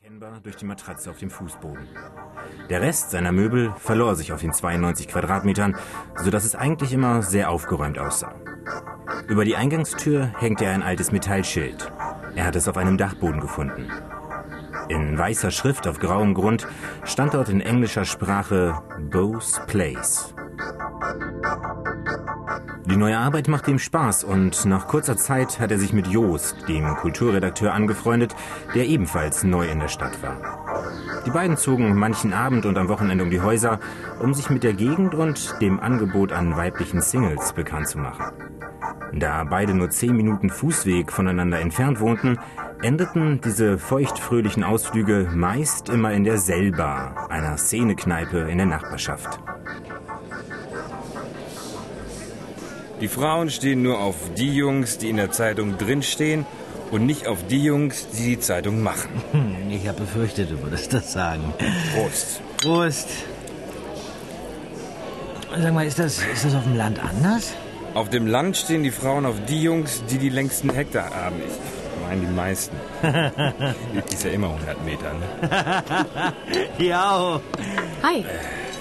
erkennbar durch die Matratze auf dem Fußboden. Der Rest seiner Möbel verlor sich auf den 92 Quadratmetern, sodass es eigentlich immer sehr aufgeräumt aussah. Über die Eingangstür hängte er ein altes Metallschild. Er hat es auf einem Dachboden gefunden. In weißer Schrift auf grauem Grund stand dort in englischer Sprache Bo's Place. Die neue Arbeit macht ihm Spaß und nach kurzer Zeit hat er sich mit Joost, dem Kulturredakteur, angefreundet, der ebenfalls neu in der Stadt war. Die beiden zogen manchen Abend und am Wochenende um die Häuser, um sich mit der Gegend und dem Angebot an weiblichen Singles bekannt zu machen. Da beide nur zehn Minuten Fußweg voneinander entfernt wohnten, endeten diese feuchtfröhlichen Ausflüge meist immer in der Selbar, einer Szenekneipe in der Nachbarschaft. Die Frauen stehen nur auf die Jungs, die in der Zeitung drinstehen und nicht auf die Jungs, die die Zeitung machen. Ich habe befürchtet, du würdest das sagen. Prost. Prost. Sag mal, ist das, ist das auf dem Land anders? Auf dem Land stehen die Frauen auf die Jungs, die die längsten Hektar haben. Ich meine die meisten. Die ist ja immer 100 Meter, ne? Ja. Hi.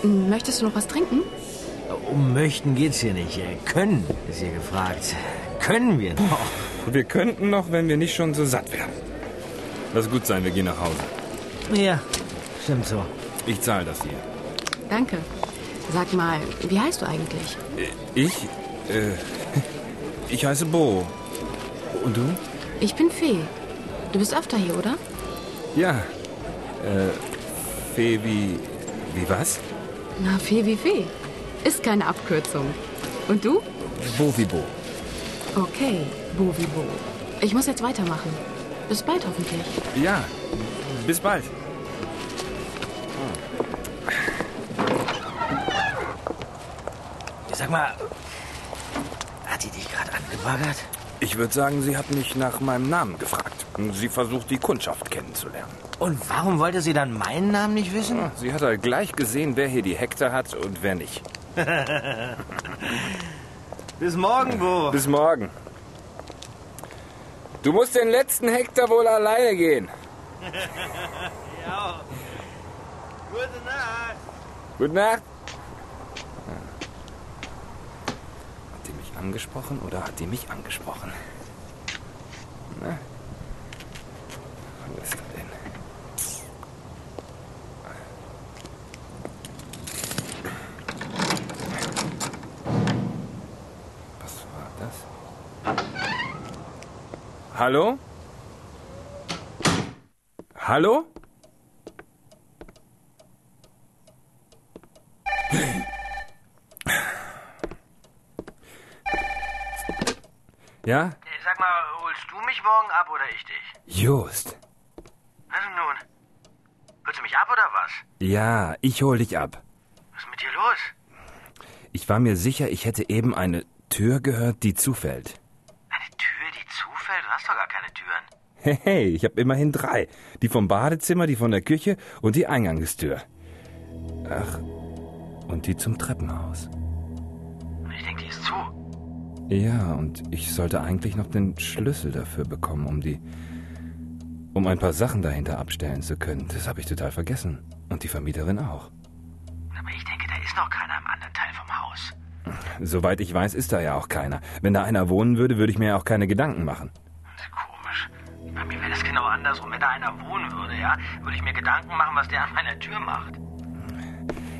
Hm, Möchtest du noch was trinken? Um möchten geht's hier nicht. Äh, Können ist hier gefragt. Können wir noch? Wir könnten noch, wenn wir nicht schon so satt wären. Lass gut sein, wir gehen nach Hause. Ja, stimmt so. Ich zahle das hier. Danke. Sag mal, wie heißt du eigentlich? Äh, Ich? Äh, ich heiße Bo. Und du? Ich bin Fee. Du bist öfter hier, oder? Ja. Äh, Fee wie... Wie was? Na, Fee wie Fee. Ist keine Abkürzung. Und du? Bo wie Bo. Okay, Bo wie Bo. Ich muss jetzt weitermachen. Bis bald hoffentlich. Ja, bis bald. Sag mal, hat die dich gerade angebaggert? Ich würde sagen, sie hat mich nach meinem Namen gefragt. Sie versucht, die Kundschaft kennenzulernen. Und warum wollte sie dann meinen Namen nicht wissen? Sie hat halt gleich gesehen, wer hier die Hektar hat und wer nicht. Bis morgen, Bo. Bis morgen. Du musst den letzten Hektar wohl alleine gehen. Gute Nacht. Gute Nacht. Hat die mich angesprochen oder hat die mich angesprochen? Na? Wo ist er denn? Was war das? Hallo? Hallo? Ja? Sag mal, holst du mich morgen ab oder ich dich? Just. Was denn nun? Holst du mich ab oder was? Ja, ich hol dich ab. Was ist mit dir los? Ich war mir sicher, ich hätte eben eine Tür gehört, die zufällt. Eine Tür, die zufällt? Du hast doch gar keine Türen. Hey, hey, ich habe immerhin drei. Die vom Badezimmer, die von der Küche und die Eingangstür. Ach, und die zum Treppenhaus. Und ich denke, die ist zu. Ja, und ich sollte eigentlich noch den Schlüssel dafür bekommen, um die... um ein paar Sachen dahinter abstellen zu können. Das habe ich total vergessen. Und die Vermieterin auch. Aber ich denke, da ist noch keiner im anderen Teil vom Haus. Soweit ich weiß, ist da ja auch keiner. Wenn da einer wohnen würde, würde ich mir ja auch keine Gedanken machen. Komisch. Bei mir wäre das genau andersrum. Wenn da einer wohnen würde, ja, würde ich mir Gedanken machen, was der an meiner Tür macht.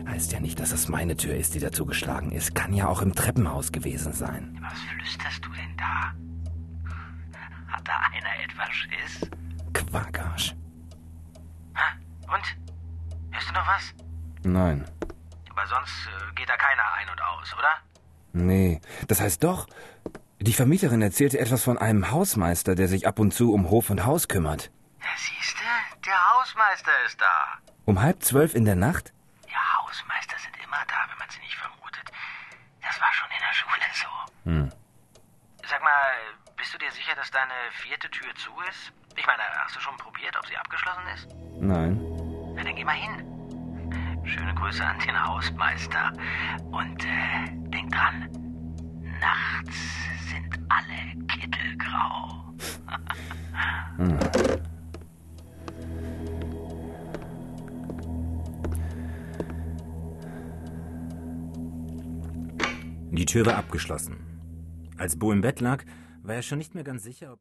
Heißt ja nicht, dass es meine Tür ist, die da zugeschlagen ist. Kann ja auch im Treppenhaus gewesen sein. Was flüsterst du denn da? Hat da einer etwas Schiss? Quackarsch. Hä? Und? Hörst du noch was? Nein. Aber sonst äh, geht da keiner ein und aus, oder? Nee. Das heißt doch, die Vermieterin erzählte etwas von einem Hausmeister, der sich ab und zu um Hof und Haus kümmert. Ja, siehst du? Der Hausmeister ist da. Um halb zwölf in der Nacht? Ja, Hausmeister sind immer da, wenn man sie nicht vermutet. Das war schon in der Schule so. Sag mal, bist du dir sicher, dass deine vierte Tür zu ist? Ich meine, hast du schon probiert, ob sie abgeschlossen ist? Nein. Na, dann geh mal hin. Schöne Grüße an den Hausmeister. Und äh, denk dran, nachts sind alle kittelgrau. Die Tür war abgeschlossen. Als Bo im Bett lag, war er schon nicht mehr ganz sicher, ob...